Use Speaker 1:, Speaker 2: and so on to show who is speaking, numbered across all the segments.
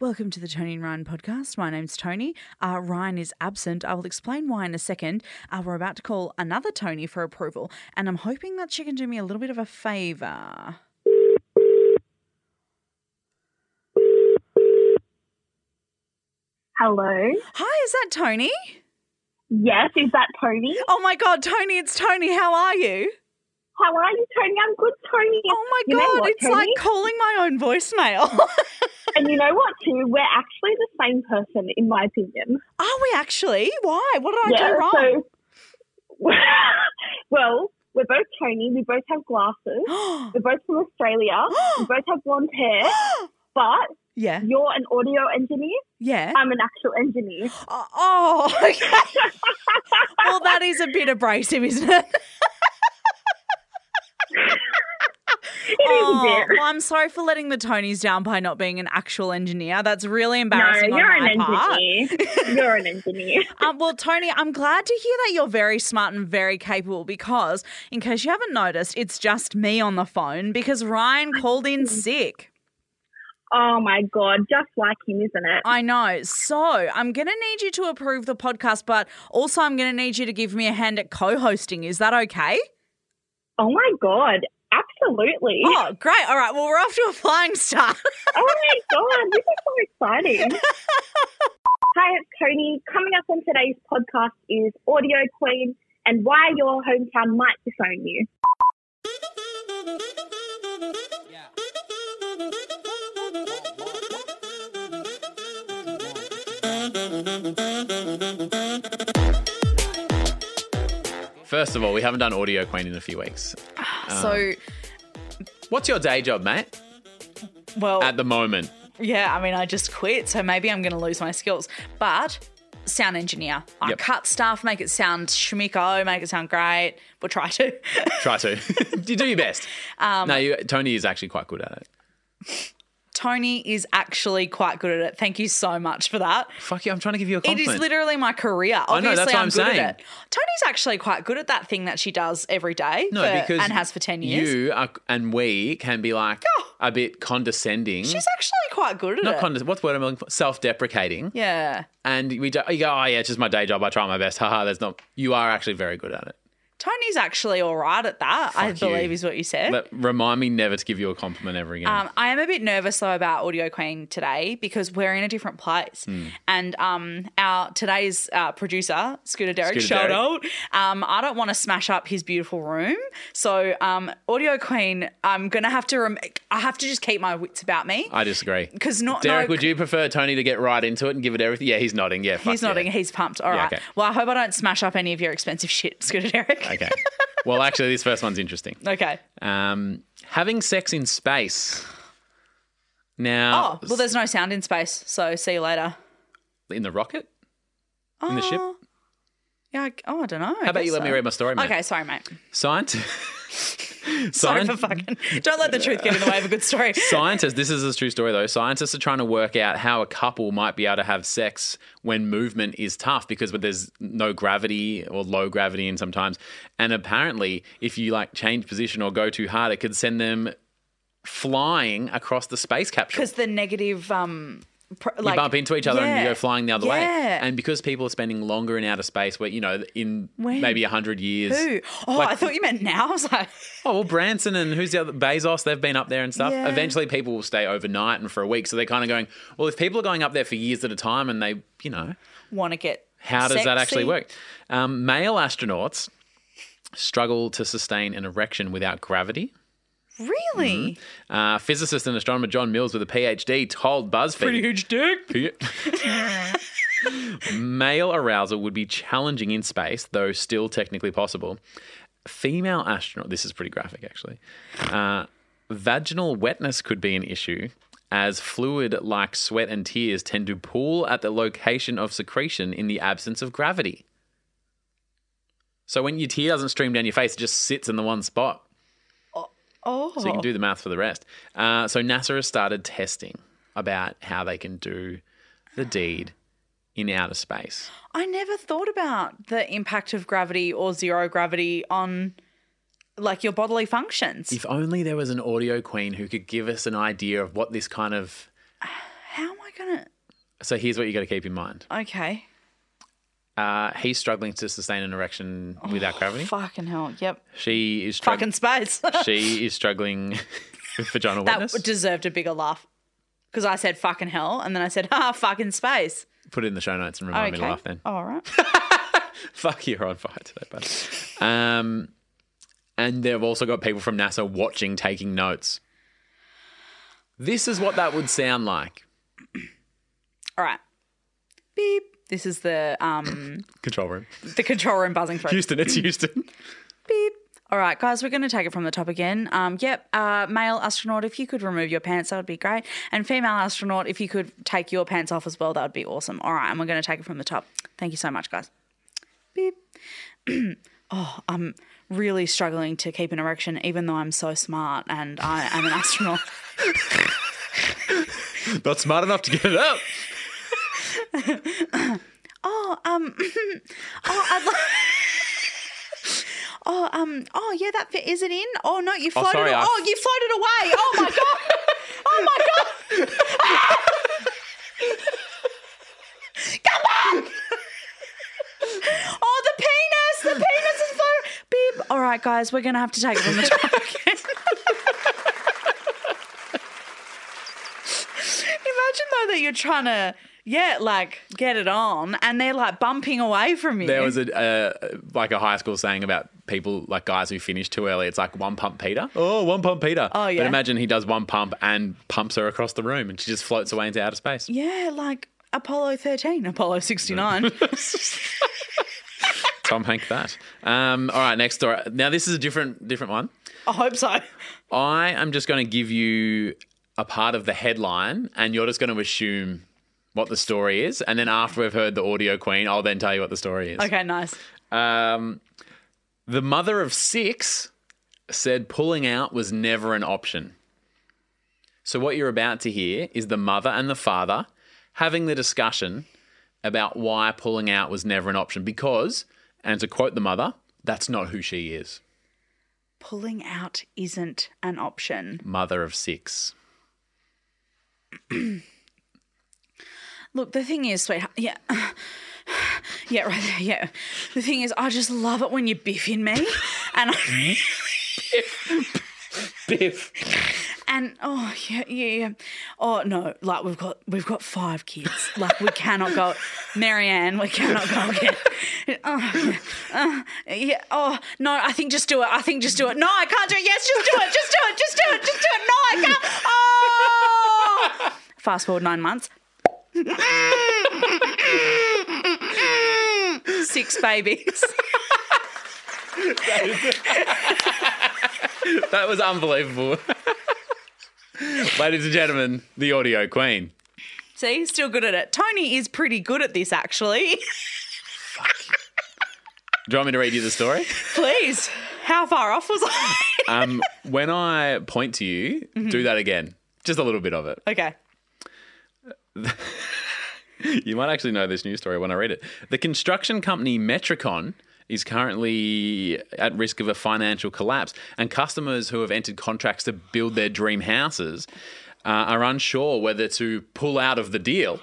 Speaker 1: Welcome to the Tony and Ryan podcast. My name's Tony. Uh, Ryan is absent. I will explain why in a second. Uh, we're about to call another Tony for approval, and I'm hoping that she can do me a little bit of a favour.
Speaker 2: Hello.
Speaker 1: Hi, is that Tony?
Speaker 2: Yes, is that Tony?
Speaker 1: Oh my God, Tony, it's Tony. How are you?
Speaker 2: How are you, Tony? I'm good, Tony.
Speaker 1: Oh my
Speaker 2: You know
Speaker 1: God,
Speaker 2: what,
Speaker 1: it's
Speaker 2: Tony?
Speaker 1: like calling my own voicemail.
Speaker 2: And you know what, too? We're actually the same person, in my opinion.
Speaker 1: are we actually? Why? What did I do wrong?
Speaker 2: so. well, we're both Tony. We both have glasses. We're both from Australia. we both have blonde hair. But
Speaker 1: yeah,
Speaker 2: you're an audio engineer.
Speaker 1: yeah.
Speaker 2: I'm an actual engineer.
Speaker 1: Oh, okay. well, that is a bit abrasive, isn't it?
Speaker 2: It is
Speaker 1: Oh,
Speaker 2: a bit.
Speaker 1: well, I'm sorry for letting the Tonys down by not being an actual engineer. That's really
Speaker 2: No,
Speaker 1: embarrassing
Speaker 2: you're
Speaker 1: on my
Speaker 2: an
Speaker 1: part.
Speaker 2: engineer. you're an engineer.
Speaker 1: Um, well, Tony, I'm glad to hear that you're very smart and very capable because, in case you haven't noticed, it's just me on the phone because Ryan called in sick.
Speaker 2: Oh my god, just like him, isn't it?
Speaker 1: I know. So I'm going to need you to approve the podcast, but also I'm going to need you to give me a hand at co hosting. Is that okay?
Speaker 2: Oh my god, absolutely.
Speaker 1: Oh, great. All right. Well, we're off to a flying start.
Speaker 2: Oh my god, this is so exciting. Hi, it's Tony. Coming up on today's podcast is Audio Queen and why your hometown might disown you.
Speaker 3: First of all, we haven't done Audio Queen in a few weeks.
Speaker 1: so,
Speaker 3: What's your day job, mate?
Speaker 1: well,
Speaker 3: At the moment,
Speaker 1: Yeah, I mean, I just quit, so maybe I'm going to lose my skills. But sound engineer, I
Speaker 3: Yep.
Speaker 1: cut stuff, make it sound schmicko, make it sound great. We'll try to.
Speaker 3: try to. you do your best.
Speaker 1: Um,
Speaker 3: no, you, Tony is actually quite good at it.
Speaker 1: Tony is actually quite good at it. Thank you so much for that.
Speaker 3: Fuck you! I'm trying to give you a
Speaker 1: It
Speaker 3: compliment.
Speaker 1: is literally my career.
Speaker 3: I
Speaker 1: Obviously,
Speaker 3: know, that's what
Speaker 1: I'm,
Speaker 3: I'm
Speaker 1: good
Speaker 3: saying.
Speaker 1: at it. Tony's actually quite good at that thing that she does every day
Speaker 3: no,
Speaker 1: for-
Speaker 3: because
Speaker 1: and has for 10 years.
Speaker 3: You are, and we can be like
Speaker 1: Oh.
Speaker 3: a bit condescending.
Speaker 1: She's actually quite good at
Speaker 3: not
Speaker 1: it.
Speaker 3: condes- What's the word I'm looking for? Self-deprecating.
Speaker 1: yeah.
Speaker 3: And we do, you go, oh yeah, it's just my day job. I try my best. Haha, that's not. You are actually very good at it.
Speaker 1: Tony's actually all right at that, I
Speaker 3: Fuck you.
Speaker 1: believe is what you said.
Speaker 3: But remind me never to give you a compliment ever again.
Speaker 1: Eh. Um, I am a bit nervous though about Audio Queen today because we're in a different place,
Speaker 3: Hmm.
Speaker 1: and um, our today's uh, producer Scooter Derrick,
Speaker 3: Scooter
Speaker 1: shout out. Um, I don't want to smash up his beautiful room, so um, Audio Queen, I'm gonna have to. Rem- I have to just keep my wits about me
Speaker 3: I disagree.
Speaker 1: because not
Speaker 3: Derek,
Speaker 1: no,
Speaker 3: would you prefer Tony to get right into it and give it everything? Yeah, he's nodding. Yeah, fuck
Speaker 1: he's nodding.
Speaker 3: yeah.
Speaker 1: He's pumped. All right.
Speaker 3: Yeah, okay.
Speaker 1: Well, I hope I don't smash up any of your expensive shit, Scooter Derrick.
Speaker 3: Okay. well, actually, this first one's interesting.
Speaker 1: okay.
Speaker 3: Um, having sex in space.
Speaker 1: Oh
Speaker 3: Now,
Speaker 1: well, there's no sound in space, so see you later.
Speaker 3: in the rocket? In the ship?
Speaker 1: Oh, Yeah. I, oh, I don't know.
Speaker 3: How about you let me read my story, mate?
Speaker 1: Okay, sorry, mate.
Speaker 3: Scient-
Speaker 1: Sorry
Speaker 3: Scient-
Speaker 1: for fucking. Don't let the truth get in the way of a good story.
Speaker 3: Scientists, this is a true story though. Scientists are trying to work out how a couple might be able to have sex when movement is tough because when there's no gravity or low gravity in sometimes. And apparently, if you like change position or go too hard, it could send them flying across the space capsule.
Speaker 1: Because the negative, um, pr- like
Speaker 3: you bump into each other and
Speaker 1: yeah.
Speaker 3: you go flying the other way.
Speaker 1: Yeah.
Speaker 3: And because people are spending longer in outer space, where you know, in
Speaker 1: When?
Speaker 3: maybe hundred years.
Speaker 1: Ooh. Oh, I thought you meant now. I was like,
Speaker 3: Oh well, Branson and who's the other Bezos? They've been up there and stuff.
Speaker 1: Yeah.
Speaker 3: Eventually, people will stay overnight and for a week. So they're kind of going, well, if people are going up there for years at a time, and they, you know,
Speaker 1: want to get.
Speaker 3: how does that actually
Speaker 1: sexy?
Speaker 3: work? Um, male astronauts struggle to sustain an erection without gravity.
Speaker 1: Really?
Speaker 3: Uh, physicist and astronomer John Mills, with a PhD, told BuzzFeed.
Speaker 1: huge dick.
Speaker 3: Yeah. Male arousal would be challenging in space, though still technically possible. Female astronaut, this is pretty graphic actually. Uh, vaginal wetness could be an issue, as fluid like sweat and tears tend to pool at the location of secretion in the absence of gravity. So when your tear doesn't stream down your face, it just sits in the one spot.
Speaker 1: Oh.
Speaker 3: So you can do the math for the rest. Uh, so NASA has started testing about how they can do the deed in outer space.
Speaker 1: I never thought about the impact of gravity or zero gravity on, like your bodily functions.
Speaker 3: If only there was an audio queen who could give us an idea of what this kind of
Speaker 1: How am I going to?
Speaker 3: So here's what you got to keep in mind.
Speaker 1: Okay.
Speaker 3: Uh, he's struggling to sustain an erection without gravity.
Speaker 1: Fucking hell. Yep.
Speaker 3: She is strugg-
Speaker 1: Oh, Fucking space.
Speaker 3: she is struggling with vaginal
Speaker 1: that
Speaker 3: wetness.
Speaker 1: deserved a bigger laugh. Because I said fucking hell, and then I said, ha, fucking space.
Speaker 3: Put it in the show notes and remind me to laugh then.
Speaker 1: All right.
Speaker 3: Fuck, you're on fire today, bud. Um, and they've also got people from NASA watching, taking notes. This is what that would sound like.
Speaker 1: All right. Beep. This is the um
Speaker 3: Control room.
Speaker 1: the control room buzzing through.
Speaker 3: Houston, it's Houston.
Speaker 1: Beep. All right, guys, we're going to take it from the top again. Um, yep, uh, male astronaut, if you could remove your pants, that would be great. And female astronaut, if you could take your pants off as well, that would be awesome. All right, and we're going to take it from the top. Thank you so much, guys. Beep. oh, I'm really struggling to keep an erection, even though I'm so smart and I am an astronaut.
Speaker 3: Not smart enough to get it out.
Speaker 1: Oh, um, oh, I'd like. Oh, um, oh yeah, that fit. Is it in? Oh no, you floated.
Speaker 3: sorry,
Speaker 1: a-
Speaker 3: I-
Speaker 1: oh, you floated away. Oh my god. Oh my god. Come on. Oh, the penis. The penis is floating. Beep. All right, guys, we're gonna have to take it from the top again. Imagine though that you're trying to, yeah, like get it on, and they're like bumping away from you.
Speaker 3: There was a uh, like a high school saying about people like guys who finish too early. It's like one pump Peter. Oh, one pump Peter.
Speaker 1: Oh, yeah.
Speaker 3: But imagine he does one pump and pumps her across the room, and she just floats away into outer space.
Speaker 1: Yeah, like Apollo 13, Apollo 69.
Speaker 3: Tom Hank that. Um, all right, next story. Now this is a different different one.
Speaker 1: I hope so.
Speaker 3: I am just going to give you a part of the headline, and you're just going to assume what the story is, and then after we've heard the audio queen, I'll then tell you what the story is.
Speaker 1: Okay, nice.
Speaker 3: Um, the mother of six said pulling out was never an option. So, what you're about to hear is the mother and the father having the discussion about why pulling out was never an option because, and to quote the mother, that's not who she is.
Speaker 1: Pulling out isn't an option.
Speaker 3: Mother of six.
Speaker 1: Look, the thing is, sweetheart, yeah. Yeah, right there. Yeah. The thing is, I just love it when you biff in me. And I,
Speaker 3: Biff.
Speaker 1: and oh yeah, yeah, yeah. Oh no, like we've got we've got five kids. Like we cannot go Marianne, we cannot go again. Oh, yeah. Uh, yeah. Oh no, I think just do it. I think just do it. No, I can't do it. Yes, just do it. Just do it. Just do it. Just do it. No, I can't. Oh. Fast forward nine months. Six babies.
Speaker 3: That was unbelievable. Ladies and gentlemen, the audio queen.
Speaker 1: See, still good at it. Tony is pretty good at this, actually.
Speaker 3: Do you want me to read you the story?
Speaker 1: Please, how far off was I?
Speaker 3: Um, when I point to you, do that again. Just a little bit of it.
Speaker 1: Okay.
Speaker 3: You might actually know this news story when I read it. The construction company Metricon is currently at risk of a financial collapse, and customers who have entered contracts to build their dream houses uh, are unsure whether to pull out of the deal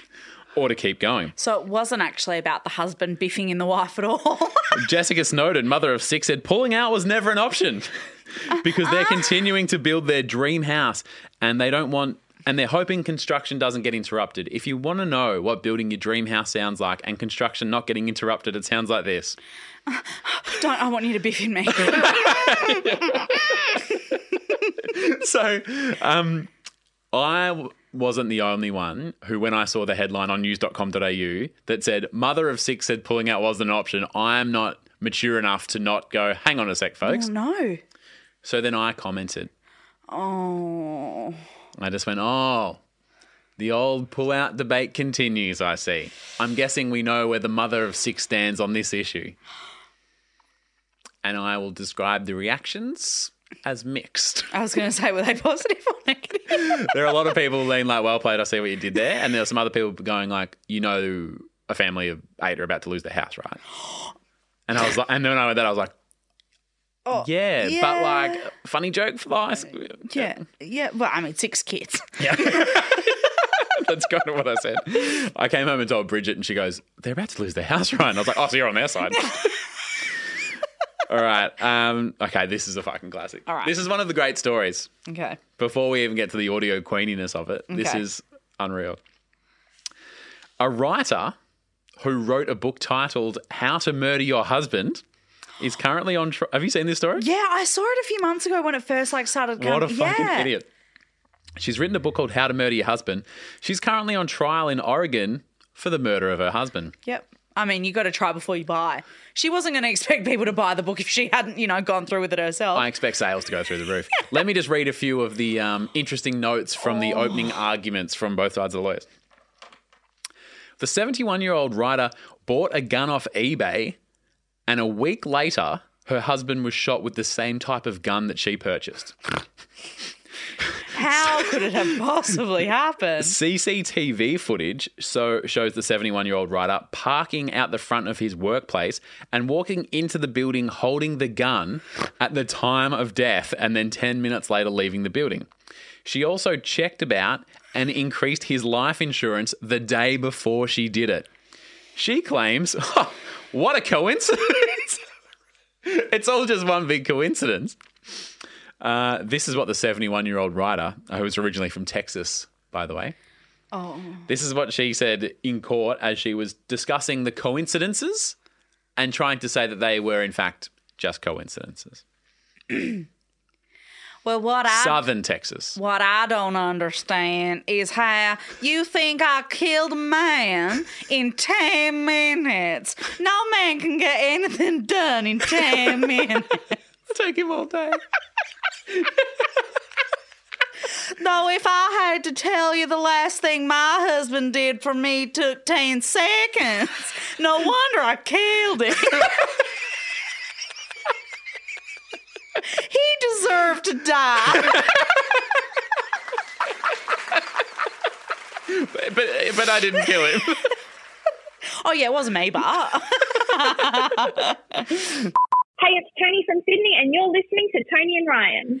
Speaker 3: or to keep going.
Speaker 1: So it wasn't actually about the husband biffing in the wife at all.
Speaker 3: Jessica Snowden, mother of six, said pulling out was never an option because they're continuing to build their dream house and they don't want. And they're hoping construction doesn't get interrupted. If you want to know what building your dream house sounds like and construction not getting interrupted, it sounds like this.
Speaker 1: Don't I want you to biff in me? Oh,
Speaker 3: So, um, I w- wasn't the only one who, when I saw the headline on news.com.au that said, Mother of six said pulling out wasn't an option, I am not mature enough to not go, hang on a sec, folks.
Speaker 1: no.
Speaker 3: So then I commented.
Speaker 1: Oh.
Speaker 3: I just went, oh, the old pull out debate continues, I see. I'm guessing we know where the mother of six stands on this issue. And I will describe the reactions as mixed.
Speaker 1: I was going to say, were they positive or negative?
Speaker 3: there are a lot of people being like, well played, I see what you did there. And there are some other people going like, you know, a family of eight are about to lose their house, right? And I was like, and then when I read that, I was like,
Speaker 1: Oh,
Speaker 3: yeah,
Speaker 1: yeah.
Speaker 3: but like, funny joke for the high school.
Speaker 1: Yeah. Yeah. Well, I mean, six kids.
Speaker 3: Yeah. That's kind of what I said. I came home and told Bridget, and she goes, "They're about to lose their house, Ryan." I was like, "Oh, so you're on their side." All right. Um, okay, this is a fucking classic.
Speaker 1: All right.
Speaker 3: This is one of the great stories.
Speaker 1: Okay.
Speaker 3: Before we even get to the audio queeniness of it, this
Speaker 1: Okay.
Speaker 3: is unreal. A writer who wrote a book titled "How to Murder Your Husband" is currently on. Tri- Have you seen this story?
Speaker 1: Yeah, I saw it a few months ago when it first like started.
Speaker 3: What a
Speaker 1: com-
Speaker 3: fucking
Speaker 1: yeah.
Speaker 3: idiot. She's written a book called How to Murder Your Husband. She's currently on trial in Oregon for the murder of her husband.
Speaker 1: Yep. I mean, you got to try before you buy. She wasn't going to expect people to buy the book if she hadn't, you know, gone through with it herself.
Speaker 3: I expect sales to go through the roof. Let me just read a few of the um, interesting notes from the opening arguments from both sides of the lawyers. The 71 year old writer bought a gun off eBay, and a week later, her husband was shot with the same type of gun that she purchased.
Speaker 1: How could it have possibly happened?
Speaker 3: CCTV footage so shows the 71 year old writer parking out the front of his workplace and walking into the building holding the gun at the time of death and then 10 minutes later leaving the building. She also checked about and increased his life insurance the day before she did it. She claims, "Oh, what a coincidence! it's all just one big coincidence. Uh, this is what the 71 year old writer, who was originally from Texas, by the way,
Speaker 1: Oh,
Speaker 3: this is what she said in court as she was discussing the coincidences and trying to say that they were, in fact, just coincidences.
Speaker 1: well, what I
Speaker 3: Southern Texas.
Speaker 1: What I don't understand is how you think I killed a man in 10 minutes. No man can get anything done in 10 minutes.
Speaker 3: Take him all day.
Speaker 1: Though, if I had to tell you the last thing my husband did for me took 10 seconds, no wonder I killed him. he deserved to die.
Speaker 3: But, but, but I didn't kill him.
Speaker 1: Oh, yeah, it wasn't me, but.
Speaker 2: Hey, it's Tony from Sydney, and you're listening to Tony and Ryan.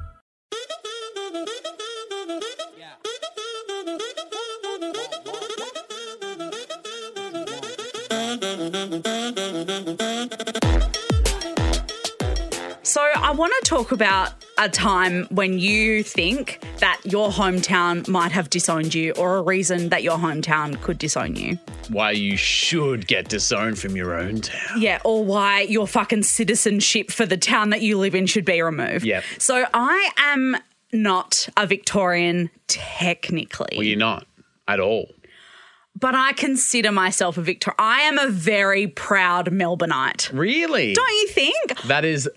Speaker 1: So I want to talk about a time when you think that your hometown might have disowned you or a reason that your hometown could disown you.
Speaker 3: Why you should get disowned from your own town.
Speaker 1: Yeah, or why your fucking citizenship for the town that you live in should be removed.
Speaker 3: Yep.
Speaker 1: So I am not a Victorian technically,
Speaker 3: Well, you're not at all.
Speaker 1: but I consider myself a Victor. I am a very proud Melbourneite.
Speaker 3: Really?
Speaker 1: Don't you think?
Speaker 3: That is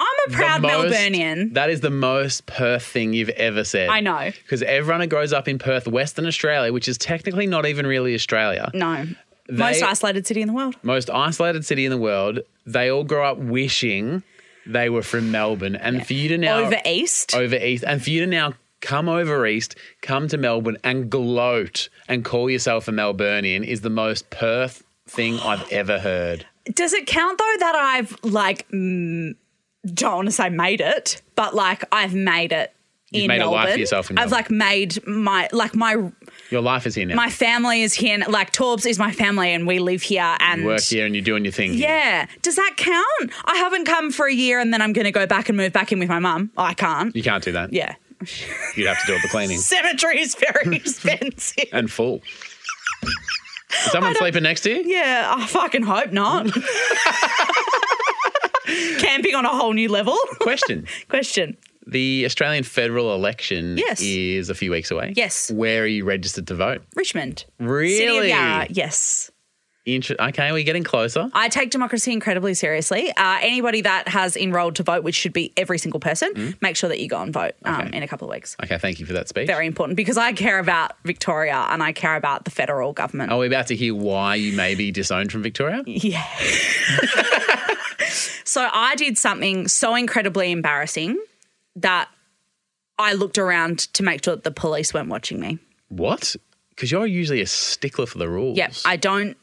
Speaker 1: I'm a proud
Speaker 3: the most-
Speaker 1: Melburnian.
Speaker 3: That is the most Perth thing you've ever said.
Speaker 1: I know.
Speaker 3: Because everyone who grows up in Perth, Western Australia, which is technically not even really Australia,
Speaker 1: no. Most
Speaker 3: They-
Speaker 1: isolated city in the world.
Speaker 3: most isolated city in the world, they all grow up wishing they were from Melbourne. And for you to now
Speaker 1: Over east.
Speaker 3: over east, and for you to now come over east, come to Melbourne and gloat and call yourself a Melburnian is the most Perth thing I've ever heard.
Speaker 1: Does it count though that I've like mm, don't want to say made it, but like I've made it in
Speaker 3: made a
Speaker 1: Melbourne.
Speaker 3: life for yourself in
Speaker 1: I've like made my like my
Speaker 3: Your life is here now.
Speaker 1: my family is here. and, Like Torbs is my family, and we live here. And
Speaker 3: you work here and you're doing your thing. here.
Speaker 1: yeah, does that count? I haven't come for a year, and then I'm going to go back and move back in with my mum. I can't.
Speaker 3: You can't do that.
Speaker 1: Yeah,
Speaker 3: You'd have to do all the cleaning.
Speaker 1: cemetery is very expensive.
Speaker 3: and full. Is someone sleeping next to you?
Speaker 1: Yeah, I fucking hope not. Camping on a whole new level.
Speaker 3: Question.
Speaker 1: Question.
Speaker 3: The Australian federal election
Speaker 1: Yes.
Speaker 3: is a few weeks away.
Speaker 1: Yes.
Speaker 3: Where are you registered to vote?
Speaker 1: Richmond.
Speaker 3: Really?
Speaker 1: City of Yarra, yes.
Speaker 3: Inter- okay, we're getting closer.
Speaker 1: I take democracy incredibly seriously. Uh, anybody that has enrolled to vote, which should be every single person, make sure that you go and vote um, in a couple of weeks.
Speaker 3: Hmm? Okay, thank you for that speech.
Speaker 1: Very important because I care about Victoria and I care about the federal government.
Speaker 3: Are we about to hear why you may be disowned from Victoria?
Speaker 1: Yeah. so I did something so incredibly embarrassing that I looked around to make sure that the police weren't watching me.
Speaker 3: What? Because you're usually a stickler for the rules.
Speaker 1: Yep. I don't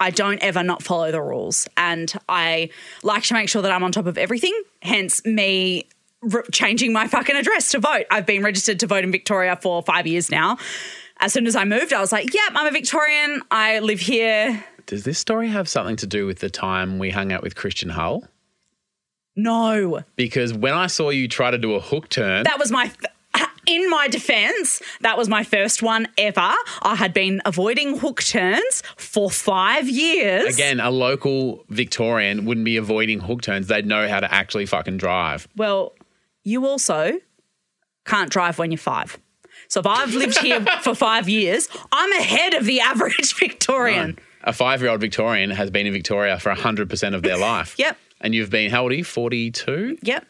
Speaker 1: I don't ever not follow the rules and I like to make sure that I'm on top of everything, hence me re- changing my fucking address to vote. I've been registered to vote in Victoria for 5 years now. As soon as I moved, I was like, "Yep, I'm a Victorian. I live here."
Speaker 3: Does this story have something to do with the time we hung out with Christian Hull?
Speaker 1: No.
Speaker 3: Because when I saw you try to do a hook turn,
Speaker 1: That was my. f- in my defense, that was my first one ever. I had been avoiding hook turns for five years.
Speaker 3: again, a local Victorian wouldn't be avoiding hook turns. They'd know how to actually fucking drive.
Speaker 1: Well, you also can't drive when you're five. So if I've lived here for five years, I'm ahead of the average Victorian.
Speaker 3: A five year old Victorian has been in Victoria for 100% of their life.
Speaker 1: Yep.
Speaker 3: And you've been, how old are you? 42?
Speaker 1: Yep.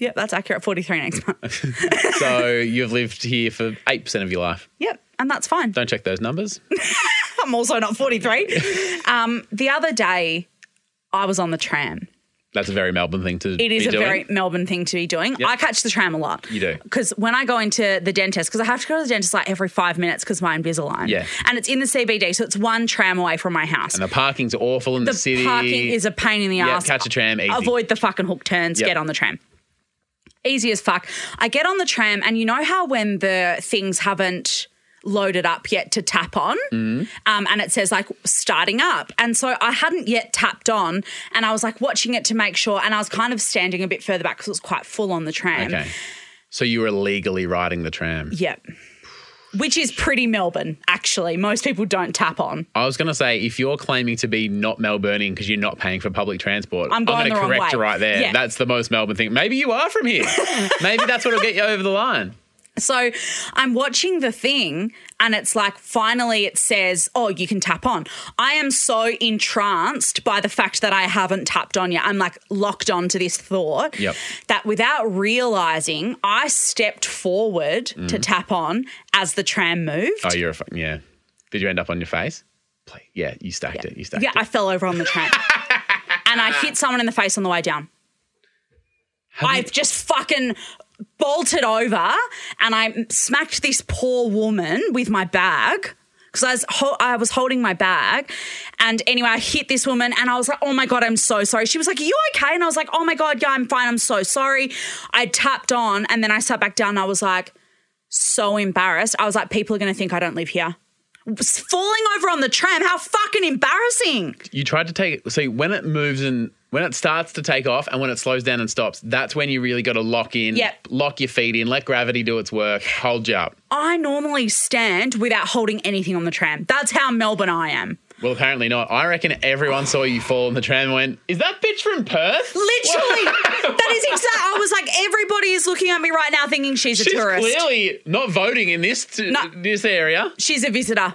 Speaker 1: Yep, that's accurate. 43 next month.
Speaker 3: so you've lived here for 8% of your life.
Speaker 1: Yep. And that's fine.
Speaker 3: Don't check those numbers.
Speaker 1: I'm also not 43. um, the other day, I was on the tram.
Speaker 3: That's a very Melbourne thing to
Speaker 1: It is
Speaker 3: be
Speaker 1: a
Speaker 3: doing.
Speaker 1: very Melbourne thing to be doing. I catch the tram a lot.
Speaker 3: You do.
Speaker 1: Because when I go into the dentist, because I have to go to the dentist like every five minutes because my Invisalign.
Speaker 3: Yeah.
Speaker 1: And it's in the CBD, so it's one tram away from my house.
Speaker 3: And the parking's awful in the, city.
Speaker 1: parking is a pain in the
Speaker 3: Yeah,
Speaker 1: ass.
Speaker 3: catch a tram, easy.
Speaker 1: Avoid the fucking hook turns.
Speaker 3: Yep.
Speaker 1: Get on the tram. Easy as fuck. I get on the tram, and you know how when the things haven't loaded up yet to tap on,
Speaker 3: Mm-hmm.
Speaker 1: um, and it says like starting up, and so I hadn't yet tapped on, and I was like watching it to make sure, and I was kind of standing a bit further back because it was quite full on the tram.
Speaker 3: Okay. So you were illegally riding the tram.
Speaker 1: Yep. Which is pretty Melbourne, actually. Most people don't tap on.
Speaker 3: I was going to say, if you're claiming to be not Melburnian because you're not paying for public transport,
Speaker 1: I'm going
Speaker 3: gonna
Speaker 1: the wrong
Speaker 3: correct
Speaker 1: way.
Speaker 3: you right there.
Speaker 1: Yeah.
Speaker 3: That's the most Melbourne thing. Maybe you are from here. Maybe that's what'll get you over the line.
Speaker 1: So I'm watching the thing and it's like finally it says, Oh, you can tap on. I am so entranced by the fact that I haven't tapped on yet. I'm like locked on to this thought
Speaker 3: Yep.
Speaker 1: that without realizing, I stepped forward to tap on as the tram moved.
Speaker 3: Mm. Oh, you're a fucking, yeah. Did you end up on your face? Please. Yeah, you stacked it. You stacked
Speaker 1: yeah,
Speaker 3: it.
Speaker 1: I fell over on the tram. and I hit someone in the face on the way down.
Speaker 3: Have you-
Speaker 1: I've just fucking bolted over and I smacked this poor woman with my bag because I was ho- I was holding my bag and anyway I hit this woman and I was like oh my god I'm so sorry she was like are you okay and I was like oh my god yeah I'm fine I'm so sorry I tapped on and then I sat back down and I was like so embarrassed I was like people are going to think I don't live here was falling over on the tram how fucking embarrassing
Speaker 3: you tried to take see when it moves and when it starts to take off and when it slows down and stops that's when you really got to lock in
Speaker 1: Yep.
Speaker 3: lock your feet in let gravity do its work hold you up
Speaker 1: I normally stand without holding anything on the tram that's how Melbourne I am
Speaker 3: well apparently not i reckon everyone saw you fall in the tram and went is that bitch from perth
Speaker 1: Literally, that is exact. I was like, everybody is looking at me right now, thinking she's a
Speaker 3: she's
Speaker 1: tourist.
Speaker 3: clearly not voting in this t-
Speaker 1: No.
Speaker 3: this area
Speaker 1: she's a visitor.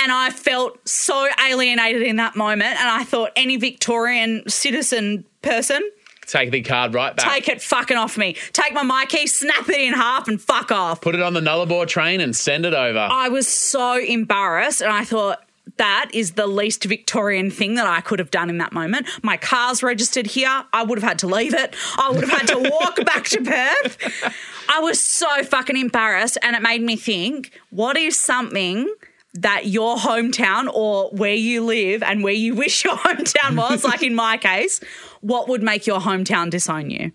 Speaker 1: And I felt so alienated in that moment. And I thought, any Victorian citizen person,
Speaker 3: take the card right back
Speaker 1: take it fucking off me. Take my my key, snap it in half, and fuck off.
Speaker 3: put it on the nullarbor train and send it over
Speaker 1: I was so embarrassed. And I thought, that is the least Victorian thing that I could have done in that moment. My car's registered here. I would have had to leave it. I would have had to walk back to Perth. I was so fucking embarrassed. And it made me think what is something that your hometown or where you live and where you wish your hometown was, like in my case, what would make your hometown disown you?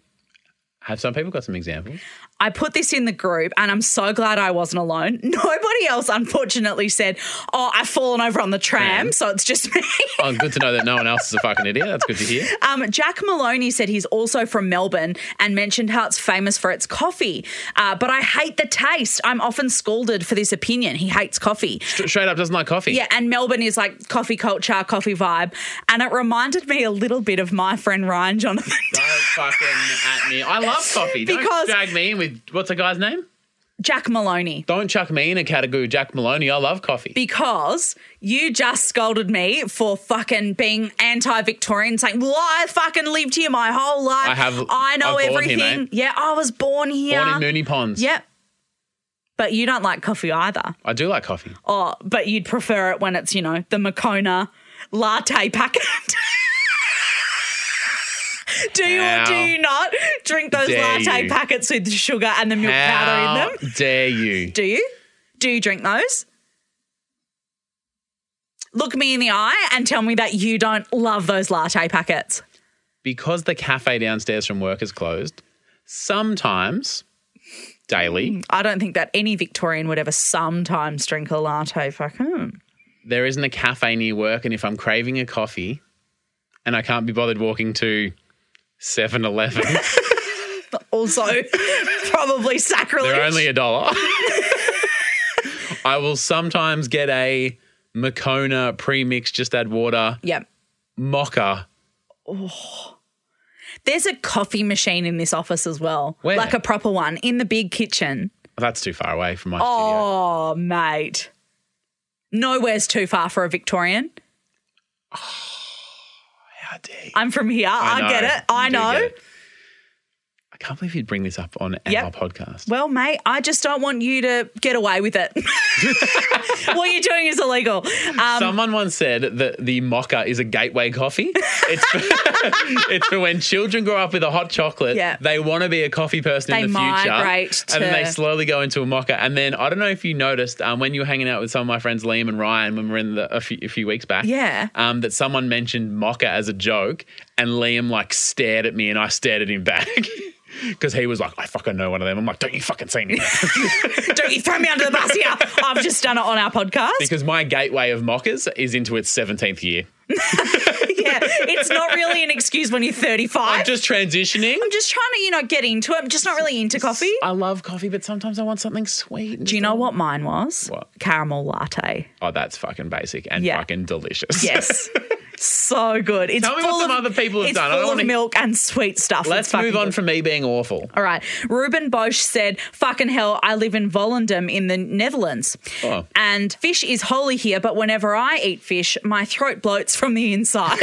Speaker 3: have some people got some examples
Speaker 1: I put this in the group and I'm so glad I wasn't alone. Nobody else, unfortunately, said, Oh, I've fallen over on the tram, so it's just me.
Speaker 3: oh good to know that no one else is a fucking idiot that's good to hear
Speaker 1: Um, Jack Maloney said he's also from Melbourne and mentioned how it's famous for its coffee. Uh, but I hate the taste. I'm often scolded for this opinion. He hates coffee.
Speaker 3: St- straight up doesn't like coffee
Speaker 1: Yeah, and Melbourne is like coffee culture, coffee vibe. And it reminded me a little bit of my friend Ryan Jonathan.
Speaker 3: Don't fucking at me. I love coffee. Don't
Speaker 1: Because-
Speaker 3: drag me in with what's the guy's name?
Speaker 1: Jack Maloney.
Speaker 3: Don't chuck me in a category, with Jack Maloney. I love coffee.
Speaker 1: Because you just scolded me for fucking being anti-Victorian, saying, "Well, I fucking lived here my whole life.
Speaker 3: I have-
Speaker 1: I know
Speaker 3: I was born here,
Speaker 1: everything.
Speaker 3: mate."
Speaker 1: yeah, I was born here.
Speaker 3: Born in Mooney Ponds.
Speaker 1: Yep. But you don't like coffee either.
Speaker 3: I do like coffee.
Speaker 1: Oh, but you'd prefer it when it's, you know, the Makona latte packet. do you or do
Speaker 3: How
Speaker 1: you not drink those
Speaker 3: dare
Speaker 1: latte
Speaker 3: you.
Speaker 1: packets with the sugar and the milk powder
Speaker 3: How
Speaker 1: in them?
Speaker 3: dare you?
Speaker 1: Do you? Do you drink those? Look me in the eye and tell me that you don't love those latte packets.
Speaker 3: Because the cafe downstairs from work is closed, sometimes, daily,
Speaker 1: I don't think that any Victorian would ever sometimes drink a latte. Fuck hmm.
Speaker 3: there isn't a cafe near work. And if I'm craving a coffee and I can't be bothered walking to 7 Eleven,
Speaker 1: Also, probably sacrilege.
Speaker 3: they're only a dollar. I will sometimes get a Makona premix, just add water,
Speaker 1: Yep.
Speaker 3: mocha.
Speaker 1: There's a coffee machine in this office as well,
Speaker 3: Where?
Speaker 1: like a proper one in the big kitchen.
Speaker 3: That's too far away from my studio.
Speaker 1: Oh, mate. Nowhere's too far for a Victorian.
Speaker 3: How dare you?
Speaker 1: I'm from here. I,
Speaker 3: know.
Speaker 1: get it. I
Speaker 3: You do
Speaker 1: know.
Speaker 3: get it. I can't believe you'd bring this up on
Speaker 1: Yep.
Speaker 3: our podcast.
Speaker 1: Well, mate, I just don't want you to get away with it. what you're doing is illegal. Um,
Speaker 3: Someone once said that the mocha is a gateway coffee. It's for, it's for when children grow up with a hot chocolate.
Speaker 1: Yeah.
Speaker 3: They want to be a coffee person
Speaker 1: They
Speaker 3: in the
Speaker 1: migrate
Speaker 3: future. And then
Speaker 1: to-
Speaker 3: they slowly go into a mocha. And then I don't know if you noticed um, when you were hanging out with some of my friends, Liam and Ryan, when we were in the, a, few, a few weeks back,
Speaker 1: Yeah.
Speaker 3: um, that someone mentioned mocha as a joke. And Liam like stared at me and I stared at him back. Because he was like, I fucking know one of them. I'm like, don't you fucking see me.
Speaker 1: don't you throw me under the bus here. I've just done it on our podcast.
Speaker 3: because my gateway of mockers is into its 17th year.
Speaker 1: yeah, it's not really an excuse when you're 35.
Speaker 3: I'm just transitioning.
Speaker 1: I'm just trying to, you know, get into it. I'm just not really into coffee.
Speaker 3: I love coffee, but sometimes I want something sweet.
Speaker 1: Do you know what mine was?
Speaker 3: What?
Speaker 1: Caramel latte.
Speaker 3: Oh, that's fucking basic and
Speaker 1: Yeah.
Speaker 3: fucking delicious.
Speaker 1: Yes. so good. It's
Speaker 3: Tell me
Speaker 1: full
Speaker 3: what some
Speaker 1: of,
Speaker 3: other people have
Speaker 1: it's
Speaker 3: done. I
Speaker 1: Full
Speaker 3: don't
Speaker 1: of
Speaker 3: wanna-
Speaker 1: milk and sweet stuff. It's
Speaker 3: Let's
Speaker 1: fucking
Speaker 3: move on
Speaker 1: good.
Speaker 3: from me being awful.
Speaker 1: All right. Ruben Bosch said, fucking hell, I live in Volendam in the Netherlands.
Speaker 3: Oh.
Speaker 1: And fish is holy here, but whenever I eat fish, my throat bloats from the inside.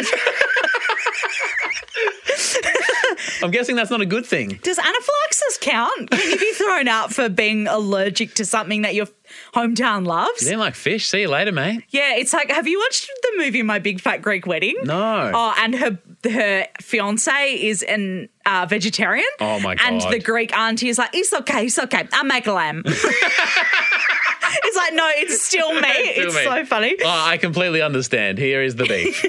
Speaker 3: I'm guessing that's not a good thing.
Speaker 1: Does anaphylaxis count? Can you be thrown out for being allergic to something that your hometown loves?
Speaker 3: You didn't like fish. See you later, mate.
Speaker 1: Yeah, it's like, have you watched the movie My Big Fat Greek Wedding?
Speaker 3: No.
Speaker 1: Oh, and her her fiance is an uh, vegetarian.
Speaker 3: Oh, my
Speaker 1: And
Speaker 3: God.
Speaker 1: the Greek auntie is like, it's okay, it's okay. I make lamb. it's like, no, it's still me.
Speaker 3: Still
Speaker 1: It's
Speaker 3: me.
Speaker 1: so funny.
Speaker 3: Oh, I completely understand. Here is the beef.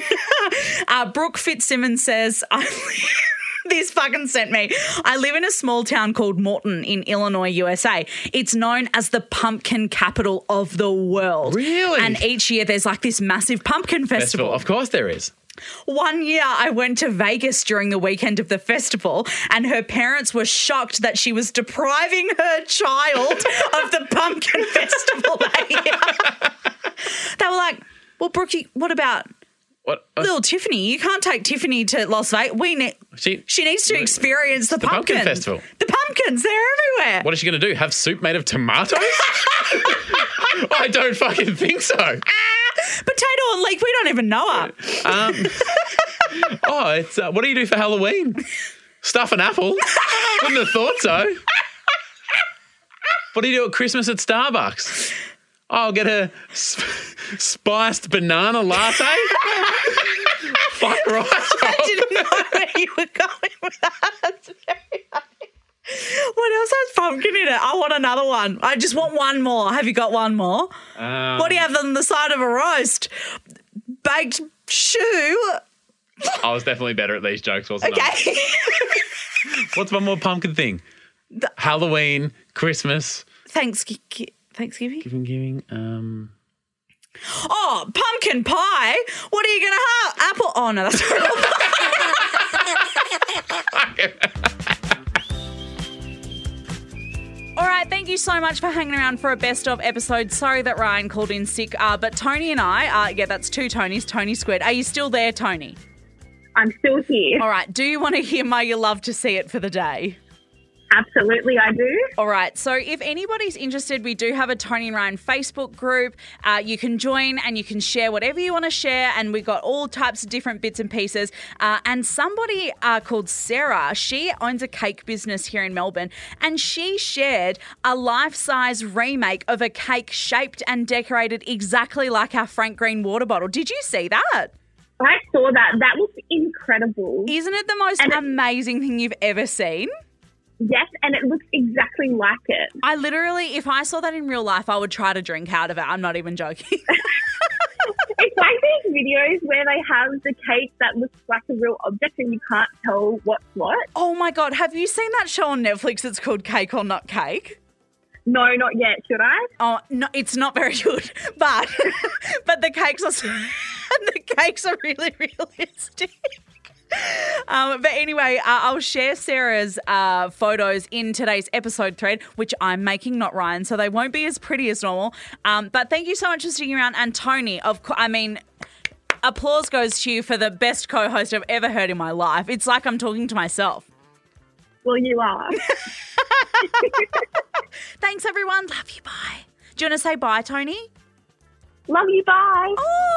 Speaker 1: Uh, Brooke Fitzsimmons says, I live- This fucking sent me. I live in a small town called Morton in Illinois, USA. It's known as the pumpkin capital of the world.
Speaker 3: Really?
Speaker 1: And each year there's like this massive pumpkin
Speaker 3: Festival.
Speaker 1: festival.
Speaker 3: Of course there is.
Speaker 1: One year I went to Vegas during the weekend of the festival, and her parents were shocked that she was depriving her child of the pumpkin festival that year. they were like, Well, Brookie, what about
Speaker 3: What? uh,
Speaker 1: little Tiffany? You can't take Tiffany to Las Vegas. We need.
Speaker 3: she,
Speaker 1: She needs to experience the,
Speaker 3: pumpkin
Speaker 1: pumpkin.
Speaker 3: festival.
Speaker 1: The pumpkins, they're everywhere.
Speaker 3: what is she going to do? Have soup made of tomatoes? I don't fucking think so.
Speaker 1: Potato and leek, we don't even know her.
Speaker 3: Um, oh, it's uh, what do you do for Halloween? Stuff an apple? Wouldn't have thought so. What do you do at Christmas at Starbucks? Oh, I'll get a sp- spiced banana latte. Fuck right.
Speaker 1: I didn't know where you were going with that. That's very funny. What else has pumpkin in it? I want another one. I just want one more. Have you got one more?
Speaker 3: Um,
Speaker 1: What do you have on the side of a roast? Baked shoe.
Speaker 3: I was definitely better at these jokes, wasn't I?
Speaker 1: Okay.
Speaker 3: What's one more pumpkin thing? Halloween, Christmas,
Speaker 1: Thanksgiving. Thanksgiving.
Speaker 3: giving, giving. Um,
Speaker 1: Oh, pumpkin pie. What are you gonna have? Apple. Oh no, that's horrible. All right, thank you so much for hanging around for a best of episode. Sorry that Ryan called in sick, uh, but Tony and I, uh, yeah, that's two Tonys, Tony squared. Are you still there, Tony?
Speaker 2: I'm still here.
Speaker 1: All right, do you want to hear my You Love to See It for the day?
Speaker 2: Absolutely, I do.
Speaker 1: All right. So if anybody's interested, we do have a Tony and Ryan Facebook group. Uh, you can join and you can share whatever you want to share. And we've got all types of different bits and pieces. Uh, and somebody uh, called Sarah, she owns a cake business here in Melbourne. And she shared a life size remake of a cake shaped and decorated exactly like our Frank Green water bottle. Did you see that?
Speaker 2: I saw that. That was incredible.
Speaker 1: Isn't it the most
Speaker 2: And it-
Speaker 1: amazing thing you've ever seen?
Speaker 2: Yes, and it looks exactly like it.
Speaker 1: I literally, if I saw that in real life, I would try to drink out of it. I'm not even joking.
Speaker 2: It's like these videos where they have the cake that looks like a real object and you can't tell what's what.
Speaker 1: oh my God, have you seen that show on Netflix? It's called Cake or Not Cake.
Speaker 2: No, not yet, should I?
Speaker 1: Oh, no, it's not very good, but but the cakes are so- the cakes are really realistic. Um, but anyway, uh, I'll share Sarah's uh, photos in today's episode thread, which I'm making, not Ryan, so they won't be as pretty as normal. Um, but thank you so much for sticking around, and Tony. Of co- I mean. Applause goes to you for the best co-host I've ever heard in my life. It's like I'm talking to myself.
Speaker 2: Well, you are.
Speaker 1: Thanks, everyone. Love you. Bye. Do you want to say bye, Tony?
Speaker 2: Love you, bye.
Speaker 1: Oh,